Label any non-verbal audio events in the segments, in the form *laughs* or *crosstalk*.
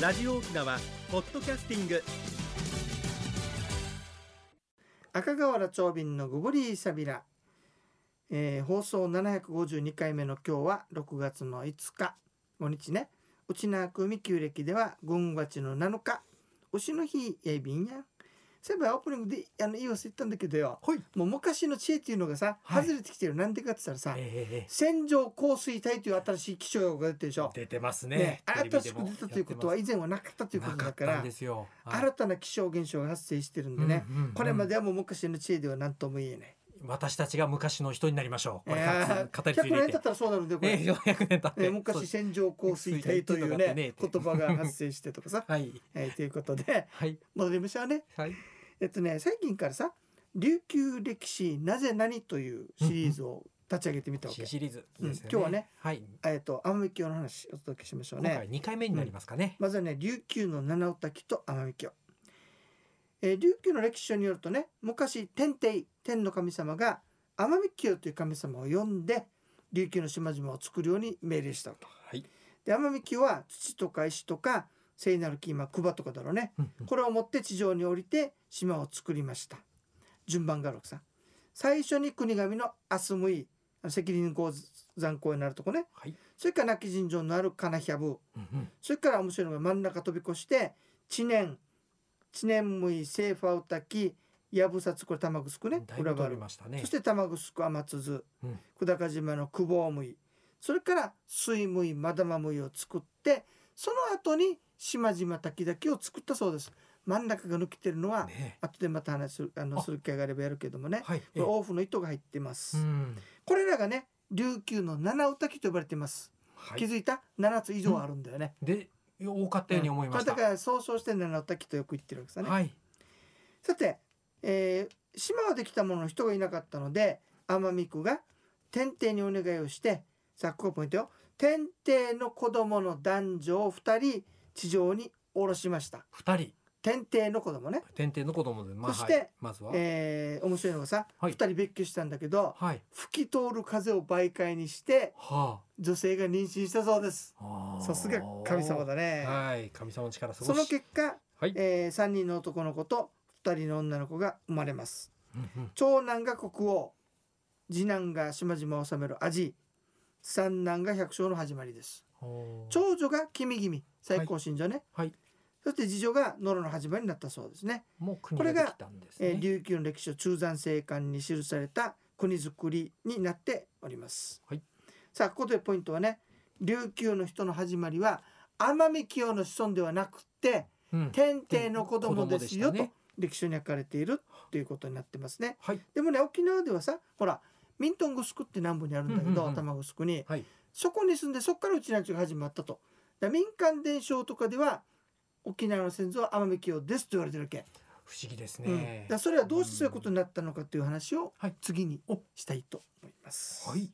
ラジオ沖縄ポッドキャスティング赤瓦長瓶のグブリーサビラ、えー放送752回目の今日は6月の5日5日ねうちな組旧暦では群馬地の7日牛の日やいびんやんそういえばオープニングであの言い忘れてたんだけどよほいもう昔の知恵っていうのがさ、はい外れてきてるなんでかって言ったらさえ線状降水帯という新しい気象用語が出てるでしょ、出てますねねテレビで新もしく出たということはや以前はなかったというってまこすなとかだっかたらんですよ新たな気象現象が発生してるんでね、うんうんうんこれまではもう昔の知恵では何とも言えない。私たちが昔の人になりましょうこれえ語り継いーでい100年経てったらそうなるんだよこれ、ええ400年経ってえーそう昔です線状降水帯という水帯ねっていうの言があって葉ね、が発生してとかさはいえーということではい戻りましょうねはいえっとね最近からさ「琉球歴史なぜ何?」というシリーズを立ち上げてみたわけ、新シリーズうんですよね今日はねはいえっと奄美京の話お届けしましょう今ね回2回目になりますかねまずはね琉球の七尾滝と奄美京、えー琉球の歴史書によるとね昔天帝天の神様が奄美京という神様を呼んで琉球の島々を作るように命令したわけはいで奄美木は土とか石とか聖なる木今クバとかだろうねうんうんこれを持って地上に降りて島を作りました順番があるわけさ最初に国神のアスムイあの赤輪鉱山公園のあるとこねはいそれから亡き神城のあるカナヒャブうんうんそれから面白いのが真ん中飛び越して知念知念ムイセーファウタキヤブサツこれ玉城ねだい裏ぶがあ取りるましたねそして玉城天津、うん久高島の久保むいそれから水むいマダマむいを作ってその後に島々滝々を作ったそうです真ん中が抜けてるのは、ね後でまた話するあのあする気があればやるけどもねはいこれ王府の糸が入ってます、うんこれらがね琉球の七尾滝と呼ばれています、は気いづいた7つ以上あるんだよね、で多かったように思いましうたんこれだから総称して七尾滝とよく言ってるわけですね、はいさて、えー島はできたものの人がいなかったので奄美区が天帝にお願いをしてさあここポイントよ天帝の子供の男女を2人地上に下ろしました2人天帝の子供ね、天帝の子供でまあそしてはいまずはえー面白いのがさ、は二い2人別居したんだけどはい吹き通る風を媒介にしては女性が妊娠したそうですあさすが神様だね、はい神様の力すごそいの結果、はいえ3人の男の子と2人の女の子が生まれますうんうん長男が国王次男が島々を治めるアジ三男が百姓の始まりですおー長女が君君最高神女ね、はいそして次女が野呂の始まりになったそうですねもう国これがができたんですねえー琉球の歴史を中山聖館に記された国づくりになっております、はいさあここでポイントはね琉球の人の始まりは奄美清の子孫ではなくてうん天帝の子供子ですよ、でしたねと歴史に書かれているということになってますねはいでもね沖縄ではさほらミントングスクって南部にあるんだけど、うんうんうん卵すくにはいそこに住んでそこからうちなんちゅが始まったとだから民間伝承とかでは沖縄の先祖は奄美清ですと言われてるわけ、不思議ですうん、だねからそれはどうしてそういうことになったのかという話をはい次におしたいと思います、はい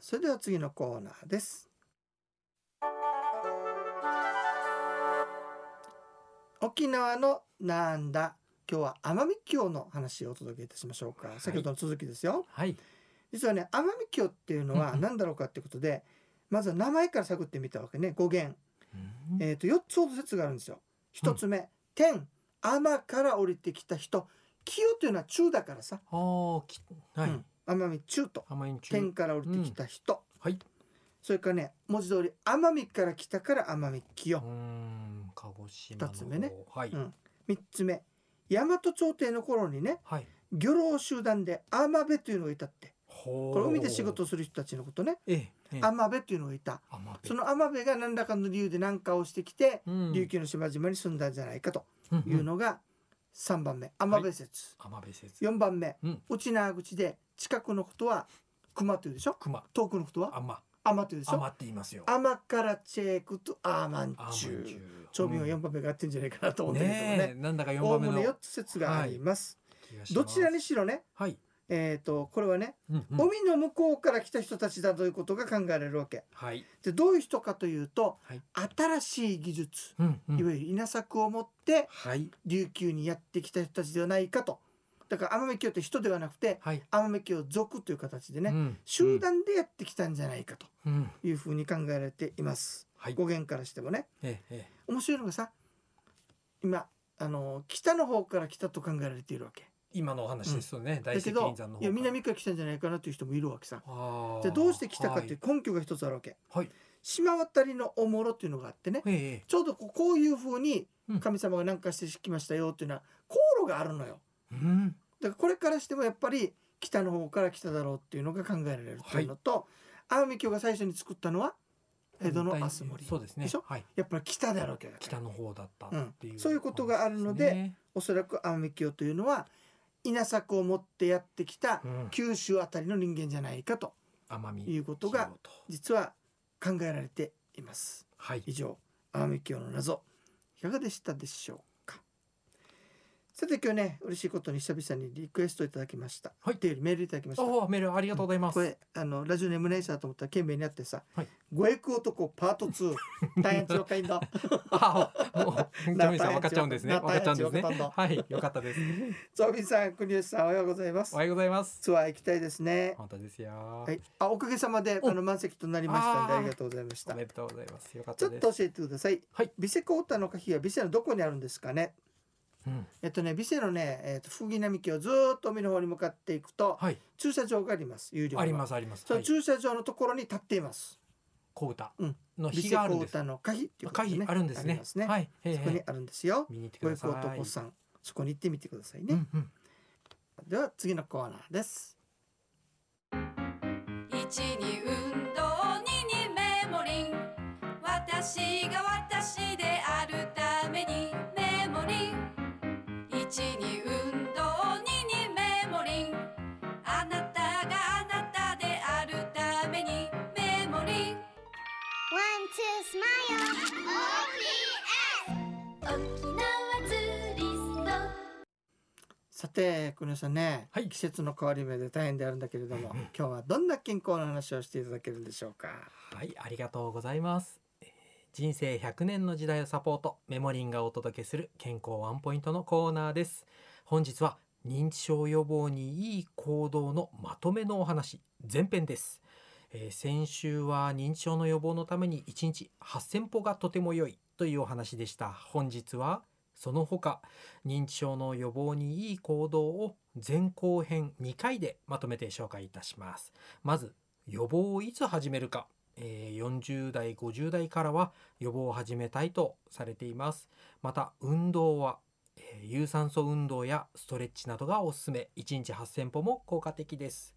それでは次のコーナーです沖縄のなんだ今日は奄美京の話をお届けいたしましょうか、はい先ほどの続きですよはい実はね奄美京っていうのうんはうん何だろうかってことでまずは名前から探ってみたわけね語源、うんえー、と4つほど説があるんですよ1つ目「天」「天」から降りてきた人「清」というのは中だからさあーきはいうん奄美中と甘いんちゅう天から降りてきた人、はいそれからね文字通り奄美から来たから奄美う清ーん鹿児島の二つ目ね方はいうん3つ目大和朝廷の頃にねはい漁労集団で天部というのがいたってほーこれ海で仕事をする人たちのことねええええ天部というのがいた甘べその天部が何らかの理由で南下をしてきてうん琉球の島々に住んだんじゃないかとうんいうのが3番目天部説、甘べ説四4番目うん内縄口で近くのことは熊というでしょ熊遠くのことは甘天というでしょ甘って言いますよ天からチェークとアーマン甘いんチちゅュうー長瓶は4番目が合ってんじゃないかなと思うんだけどもねえねなんだか4おお番目むね4のつ説があります、気がしますどちらにしろねはいえー、とこれはね、うんうん海の向こうから来た人たちだということが考えられるわけはいでどういう人かというと、はい新しい技術うんういんわゆる稲作を持ってはい琉球にやってきた人たちではないかとだから奄美京って人ではなくてはい奄美京族という形でね、うん集団でやってきたんじゃないかとうんいうふうに考えられています。はい。語源からしてもねえええ面白いのがさ今あの北の方から来たと考えられているわけえ今のお話ですよね。大だ石け銀ど山の方かいらや南から来たんじゃないかなという人もいるわけさあーじゃあどうして来たかっていう根拠が一つあるわけ、はい島渡りのおもろっていうのがあってねはいええちょうどこうこういうふうにうん神様が南下してきましたよっていうのは航路があるのようん。だからこれからしてもやっぱり北の方から来ただろうっていうのが考えられるっていうのと、青海峡が最初に作ったのは江戸の大体明日森そうですね。でしょはい。やっぱり北だろうけど北の方だったっていう、うんそういうことがあるのでおそらく青海峡というのは稲作を持ってやってきたうん九州あたりの人間じゃないかと奄美いうことが実は考えられています。はい以上青海峡の謎いかがでしたでしょうかさて今日ね嬉しいことに久々にリクエストいただきました、はいお便りメールいただきましたおおメールありがとうございます、これあのラジオネームないさと思ったら懸命にあってさはい「ごえく男パート2大変強かい *laughs* んだああ *laughs* もう本当にさんな分かっちゃうんですねな分かっちゃうんですねなはいよかった *laughs* ですゾウビンさん国吉さんおはようございますおはようございますツアー行きたいですね本当ですよ、はいあおかげさまでおあの満席となりましたんであーありがとうございましおためでとうございますよかっちたょっですと教えてください、はいビセコータのカヒはビセのどこにあるんですかねうん、えっとね、ビセのね、えっと、福木並木をずーっと海の方に向かっていくと、はい駐車場があります。有料のありますありますそはのい駐車場のところに立っています。小唄うんのビ日セがコあるんーですタの鍵っていうこと会費あるんですあねりますね。はいへーへそこにーあるんですよ。見に行ってくごだ育さい男さん、そこに行ってみてくださいね。うんうんでは次のコーナーです。一に運動二にメモリン私が私であるためにメモリン一に運動二にメモリンあなたがあなたであるためにメモリン One, two, smile. OPS. 沖縄ツーリスト。さて、国吉さんね、はい季節の変わり目で大変であるんだけれども、今日はどんな健康の話をしていただけるんでしょうか。はい、ありがとうございます。えー人生100年の時代をサポート、メモリンがお届けする健康ワンポイントのコーナーです。本日は認知症予防にいい行動のまとめのお話、前編です。えー先週は認知症の予防のために1日8,000歩がとても良いというお話でした。本日はその他認知症の予防にいい行動を前後編2回でまとめて紹介いたします。まず予防をいつ始めるか、えー40代50代からは予防を始めたいとされていますまた運動は、えー有酸素運動やストレッチなどがおすすめ1日8,000歩も効果的です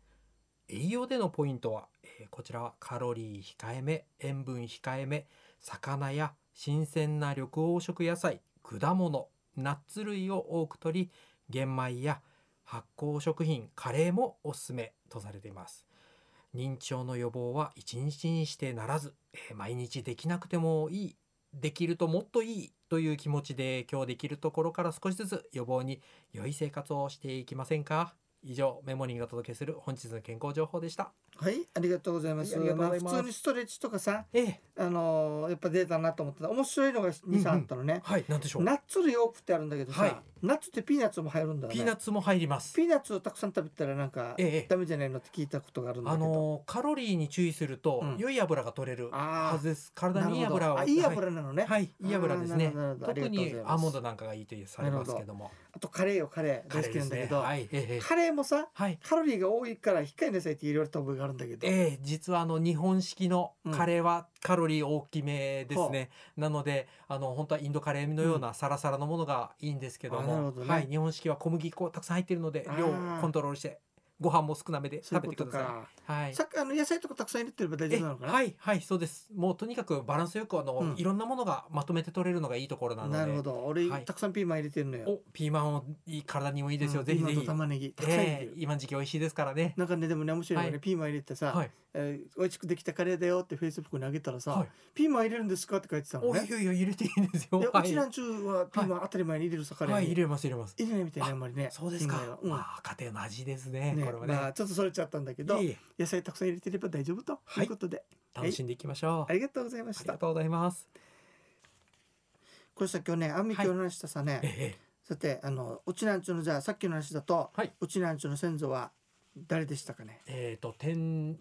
栄養でのポイントは、えーこちらはカロリー控えめ塩分控えめ魚や新鮮な緑黄色野菜果物ナッツ類を多く摂り玄米や発酵食品カレーもおすすめとされています認知症の予防は一日にしてならず、えー毎日できなくてもいいできるともっといいという気持ちで今日できるところから少しずつ予防に良い生活をしていきませんか以上メモリーがお届けする本日の健康情報でしたはい、ありがとうございます。はいありがとうございますあ普通にストレッチとかさ、ええあのーやっぱデータなと思ってた面白いのがうんう2、ん3あったのね。はいなんでしょうナッツ類多くってあるんだけどさ、はいナッツってピーナッツも入るんだよね。ピーナッツも入りますピーナッツをたくさん食べたらなんかええええダメじゃないのって聞いたことがあるんだあけど。のーカロリーに注意すると、うん良い油が取れるあーはずですな体るにいいほど油をあいい油なのね。はい、いい油ですねあーなるほど特なるほどありにがとうございますアーモンドなんかがいいとされますけどもあとカレーよカレーカ大レー好きでなんすだけねど、はいええええカレーもさはいカロリーが多いから控えなさいって言われた覚えがあるんだけど、ええ実はあの日本式のカレーはカロリー大きめですね、なのであの本当はインドカレーのようなサラサラのものがいいんですけどあなるもほどねはい、日本式は小麦粉たくさん入っているのであー量をコントロールしてご飯も少なめでそうい食うべこてくとださか。い。はいさっきあの野菜とかたくさん入れてれば大丈え夫なのかな。はいはいそうですもうとにかくバランスよくあの、うんいろんなものがまとめて取れるのがいいところなのでなるほど。俺、はいたくさんピーマン入れてるのよ。おピーマンをいい体にもいいですよ、うんぜひピぜーマンひと、玉ねぎたくさん入れてえるえ。今時期美味しいですからねなんかねでもね面白いのがね、はいピーマン入れてさ、はいえー美味しくできたカレーだよってフェイスブックにあげたらさ、はいピーマン入れるんですかって書いてたのおいね。やいや入れていいんですよで、はうちい、なはんちゅうはピーマン当たり前に入れるさ、カレーにい、入れます入れます入れないみたいなあんまりね。そうですピーマンかは。うん。まあ家庭の味ですね。ねこれはね。まあちょっとそれちゃったんだけどいえいえ野菜たくさん入れてれば大丈夫とはいいうことで、楽しんでいきましょう。ありがとうございまあしりたがとうございます。これさ今日ねあんみきの話したさね、ええさてあのうちなんちゅうのじゃあさっきの話だと、はい、うちなんちゅうの先祖は誰でしたかねえーと天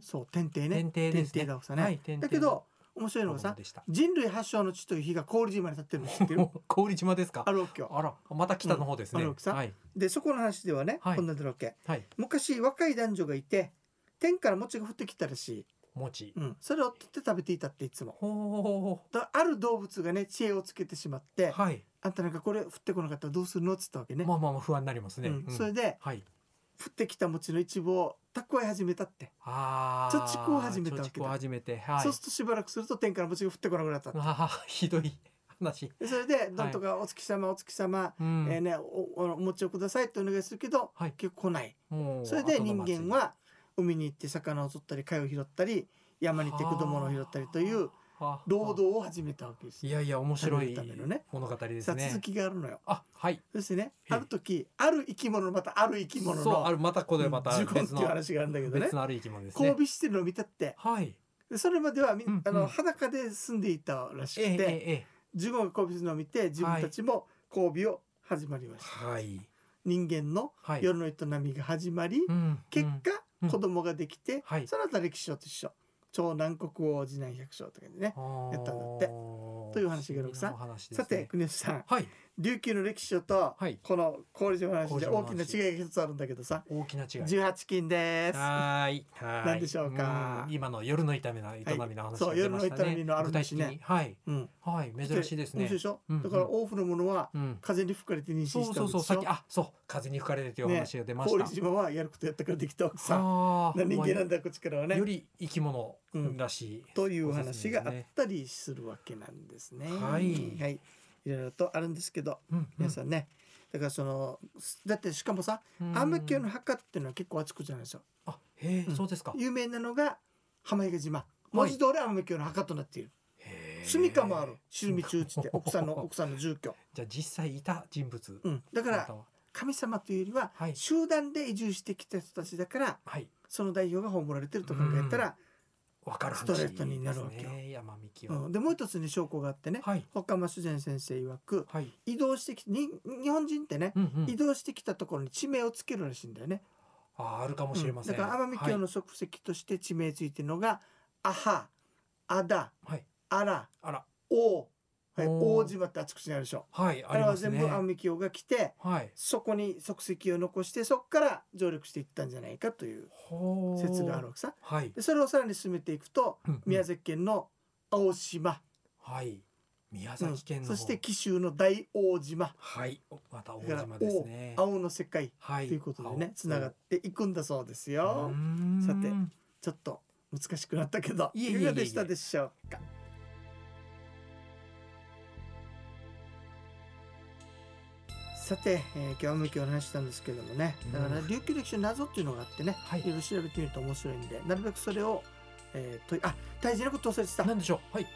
そう天帝ね天帝ですねだからさね、はい天帝だけど面白いのがさでした。人類発祥の地という日が氷島に立ってる *laughs* の知ってる氷島ですかあ。るわけよあら、また北の方ですね。うんあの北はい。でそこの話ではね、はいこんなんだろうけはい。昔若い男女がいて天から餅が降ってきたらし餅い、。うん、それを取って食べていたっていつもほうほうほうほだある動物がね知恵をつけてしまって、う。はい。あんたなんかこれ降ってこなかったらどうするのっつったわけね、まあまあまあ不安になりますね。うんうんそれではい。降ってきた餅の一部を蓄え始めたって、ああ。貯蓄を始めたわけだ貯蓄を始めて。はい。そうするとしばらくすると天から餅が降ってこなくなったってああ、ひどい話。でそれでなんとかお月様お月様、うん。えーね、おおお餅をくださいってお願いするけど、はい結構来ないもうそれで人間は海に行って魚を取ったり貝を拾ったり山に行って果物を拾ったりという労働働を始めたわけですいやいや面白い食べるためのね物語ですさあ続ね。きがあるのよあはい。そしてねええある時ある生き物のまたある生き物のそうあるまたこれまたうん呪言っ別てのいう話があるんだけどね別のある生き物ですね。交尾してるのを見たってはい。でそれまではみ、うんうんあの裸で住んでいたらしえええくえてええ。呪言が交尾するのを見て自分たちも交尾を始まりました、はい。人間のはい。夜の営みが始まり、うん結う果ん子供ができて、はいその後は歴史書と一緒長男国王次男百姓とかでねやったんだってという話が六さんさて国吉さんはい。琉球の歴史書とはいこの氷島の話で大氷き島のな話違いが一つあるんだけどさ大きな違い。 18金ですはーい。はーい。何でしょうんか今の夜の痛みの営みの話はいがそう出ましたね夜の営みのある具体的話に。はい。うんはい。珍しいです面ね白いで。しょ、うんうんだから多くのものはうん。風に吹かれて妊娠したそわうけでしそょうそう。さっき、あ、そう。風に吹かれるというお話が出まし氷た。島はやることやったからできたわけさあー人間なんだこっちからはねより生き物らしい。というお話があったりするわけなんですね。はいはい、いろいろとあるんですけどうん。皆さんね、だからそのだってしかもさうん、天球の墓っていうのは結構あちこちなんですよ。あ、へうえ、んそうですか。有名なのが浜比嘉島文字通り天球の墓となっているへー住処もある汁道中地って奥さんの奥さんの住居、じゃあ実際いた人物。うん、だかまらたは神様というよりははい集団で移住してきた人たちだからはい。その代表が葬られてると考えたら、わかる話ストレートになるわけよですね山美樹うは、んでもう一つに証拠があってね、はい他間主善先生曰くはい、移動してきに日本人ってね、うんうん移動してきたところに地名をつけるらしいんだよね。あーあるかもしれません、うんだから奄美峡の足跡として地名ついてるのが、アハ、アダ、はい、はい、アラ、あらオウ、はい、おー大島ってあちこちにあるでしょ。はいあありれはます全ね部奄美峡が来て、はいそこに足跡を残して、そこから上陸していったんじゃないかというほー説があるわけさ。はい、でそれをさらに進めていくと、うんうん宮崎県の青島、はい宮うん崎県の、そして紀州の大王島、はいおまた大だから島ですね青の世界はいということでね青つながっていくんだそうですうよ。ーんさてちょっと難しくなったけどいえいえいいえかがでしたでしょうか。さて、えー、今日向きお話ししたんですけどもねだからうん琉球歴史の謎っていうのがあってね、はいいろいろ調べてみると面白いんでなるべくそれを、えー、といあ大事なこと忘れてたなんでしょうはい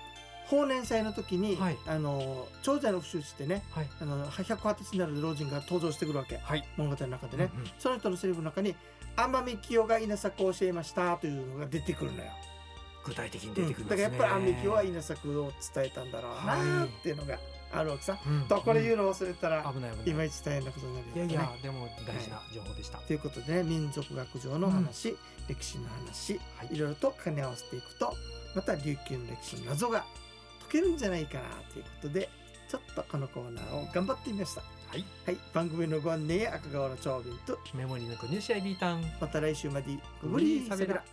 法年祭の時に、はいあの長者の不習地ってねはいあの108歳になる老人が登場してくるわけはい物語の中でね、うんうんその人のセリフの中に「天海清が稲作を教えました」というのが出てくるのよ。具体的に出てくるんだですかね、らやっぱりアンビキュは稲作を伝えたんだろうなーっていうのがあるわけさ。うんとこれ言ううの忘れたらん、危ない危いなまいいち大変なことになるよいね。やいやでも大事な情報でした、ということでね民族学上の話、歴史の話はいいろいろと兼ね合わせていくとまた琉球の歴史の謎が解けるんじゃないかなということでちょっとこのコーナーを頑張ってみました。はいはい、番組のご案内や赤川の長瓶とメモリーの国シアイビータンまた来週までご無理さべら。